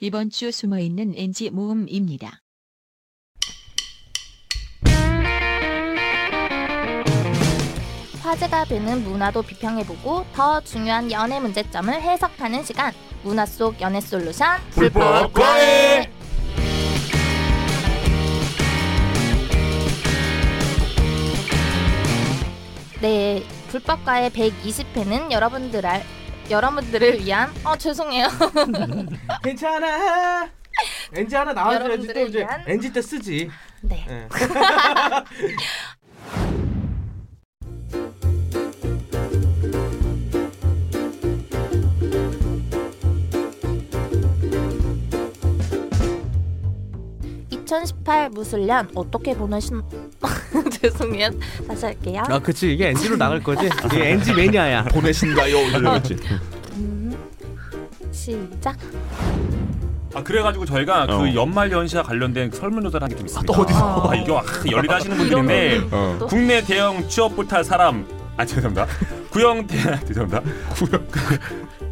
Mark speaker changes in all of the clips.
Speaker 1: 이번 주 숨어있는 NG 모음입니다.
Speaker 2: 화제가 되는 문화도 비평해보고 더 중요한 연애 문제점을 해석하는 시간 문화 속 연애 솔루션
Speaker 3: 불법 과외!
Speaker 2: 네 불법과의 120회는 여러분들 알, 여러분들을 위한 어 죄송해요
Speaker 3: 괜찮아. NG 하나 나와줘야지 또
Speaker 2: 여러분들을
Speaker 3: 이제
Speaker 2: 위한-
Speaker 3: NG 때 쓰지.
Speaker 2: 네
Speaker 3: 예.
Speaker 2: 2018 무술년 어떻게 보내신 죄송해요 다시 할게요
Speaker 4: 아, 그치. 이게 NG로 나갈 거지. 이게 NG 매니아야.
Speaker 5: 보내신가요? 이러겠지.
Speaker 2: 음, 시작
Speaker 6: 아 그래가지고 저희가
Speaker 5: 어.
Speaker 6: 그 연말 연시와 관련된 설문조사를 한게좀 있습니다.
Speaker 4: 또 어디서?
Speaker 6: 아, 이거 아, 열일을 하시는 분들인데
Speaker 5: 어.
Speaker 2: 또?
Speaker 6: 국내 대형 취업 못할 사람 아 죄송합니다. 구형 대 아, 죄송합니다. 구형 그-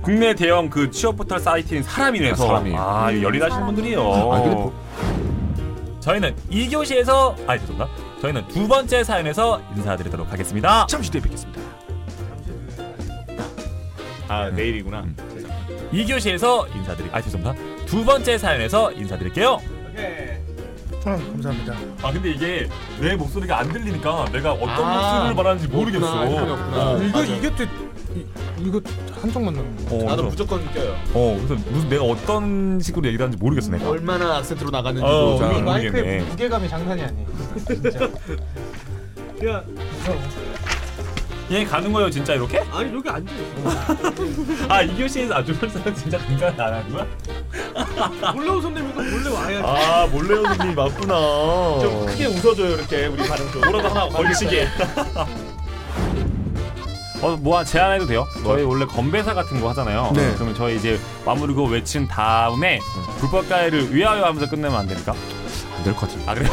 Speaker 6: 국내 대형 그 취업 포털 사이트인 사람이네서
Speaker 5: 아, 사람이.
Speaker 6: 아, 이거 열일하시는
Speaker 2: 사람이.
Speaker 6: 분들이요.
Speaker 5: 아, 근데 뭐. 보-
Speaker 6: 저희는 2교시에서 아 죄송합니다. 저희는 두 번째 사연에서 인사드리도록 하겠습니다.
Speaker 5: 잠시 뒤에 뵙겠습니다. 아 내일이구나.
Speaker 6: 2교시에서 인사드리 아 죄송합니다. 두 번째 사연에서 인사드릴게요.
Speaker 7: 아, 감사합니다.
Speaker 6: 아 근데 이게 내 목소리가 안 들리니까 내가 어떤
Speaker 5: 아,
Speaker 6: 목소리를 말하는지 모르겠어.
Speaker 5: 그렇구나, 그렇구나.
Speaker 6: 어,
Speaker 7: 이거
Speaker 5: 맞아.
Speaker 7: 이게 또 이- 이거 한쪽 만나는 거.
Speaker 6: 어,
Speaker 5: 나도
Speaker 6: 그래서,
Speaker 5: 무조건 느껴요.
Speaker 6: 어 그래서 무슨 내가 어떤 식으로 얘기를 하는지 모르겠어 내가.
Speaker 5: 얼마나 악센트로 나갔는지
Speaker 6: 어,
Speaker 5: 잘
Speaker 6: 이거
Speaker 5: 모르겠네.
Speaker 7: 마이크의
Speaker 6: 모르겠네.
Speaker 7: 무게감이 장난이 아니에요. 진짜.
Speaker 3: 야,
Speaker 6: 얘 가는 거예요 진짜 이렇게?
Speaker 3: 아니 여기 앉아.
Speaker 6: 아 이교시에서 아주 벌써 진짜 강간 안 하는 거야?
Speaker 3: 몰래온 선배님도 몰래 와야지.
Speaker 5: 아 몰래 웃음이 맞구나. 좀 크게 웃어줘요 이렇게 우리 반응 좀.
Speaker 6: 뭐라도 하나 걸치게. 어, 뭐야 제안해도 돼요? 저희 원래 건배사 같은 거 하잖아요.
Speaker 4: 네.
Speaker 6: 그러면 저희 이제 마무리 고 외친 다음에 불법 가해를 위하여 하면서 끝내면 안 됩니까?
Speaker 5: 안될것 같은데.
Speaker 6: 아 그래?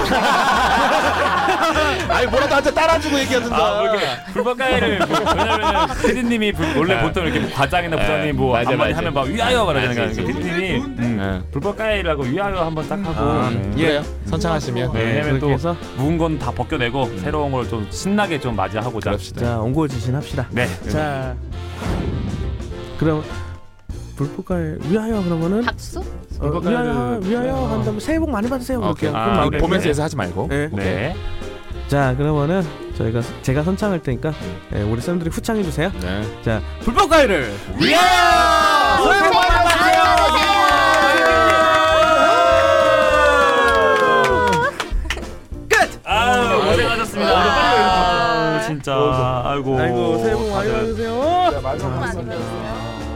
Speaker 5: 아니 뭐라도 한테 따라주고 얘기하든가.
Speaker 6: 아, 뭐 이렇게 불법가해를 뭐, 왜냐면 피디님이 불- 원래
Speaker 5: 아.
Speaker 6: 보통 이렇게 뭐 과장이나
Speaker 5: 아,
Speaker 6: 부장님 뭐
Speaker 5: 맞아,
Speaker 6: 한마디
Speaker 5: 맞아.
Speaker 6: 하면 막 위하여 말하잖아요.
Speaker 5: 맞아, 맞아.
Speaker 6: 그러니까 피디님이
Speaker 3: 좋은데?
Speaker 6: 음, 불법가해라고 위하여 한번 딱 하고
Speaker 4: 아,
Speaker 6: 네.
Speaker 4: 예.
Speaker 5: 선창하시면.
Speaker 6: 네, 왜냐면 또
Speaker 4: 그래서
Speaker 6: 묵은 건 다 벗겨내고 새로운 걸 좀 신나게 좀 맞이하고자.
Speaker 5: 그럽시다.
Speaker 4: 자, 온고지신 합시다.
Speaker 6: 네.
Speaker 4: 자. 그럼 불포갈 위하여 그러면은
Speaker 2: 박수
Speaker 4: 어, 위하여 위하여 한 다음에 새해 복 많이 받으세요.
Speaker 5: 아,
Speaker 4: 그렇게.
Speaker 5: 오케이.
Speaker 4: 그럼
Speaker 6: 아,
Speaker 4: 마무리.
Speaker 6: 그래.
Speaker 5: 보면서에서 하지 말고.
Speaker 4: 네.
Speaker 5: 오케이.
Speaker 6: 네.
Speaker 4: 자, 그러면은 저희가 제가 선창할 테니까
Speaker 6: 네.
Speaker 4: 예, 우리 쌤들이 후창해 주세요.
Speaker 5: 네.
Speaker 4: 자, 불법가위를
Speaker 5: 위하여!
Speaker 2: 새해 복 많이 아,
Speaker 6: 아유 고생하셨습니다. 아, 진짜. 아이고.
Speaker 4: 아이고 새해 복
Speaker 6: 다들
Speaker 4: 많이 받으세요.
Speaker 7: 마지막
Speaker 2: 많이 배우세요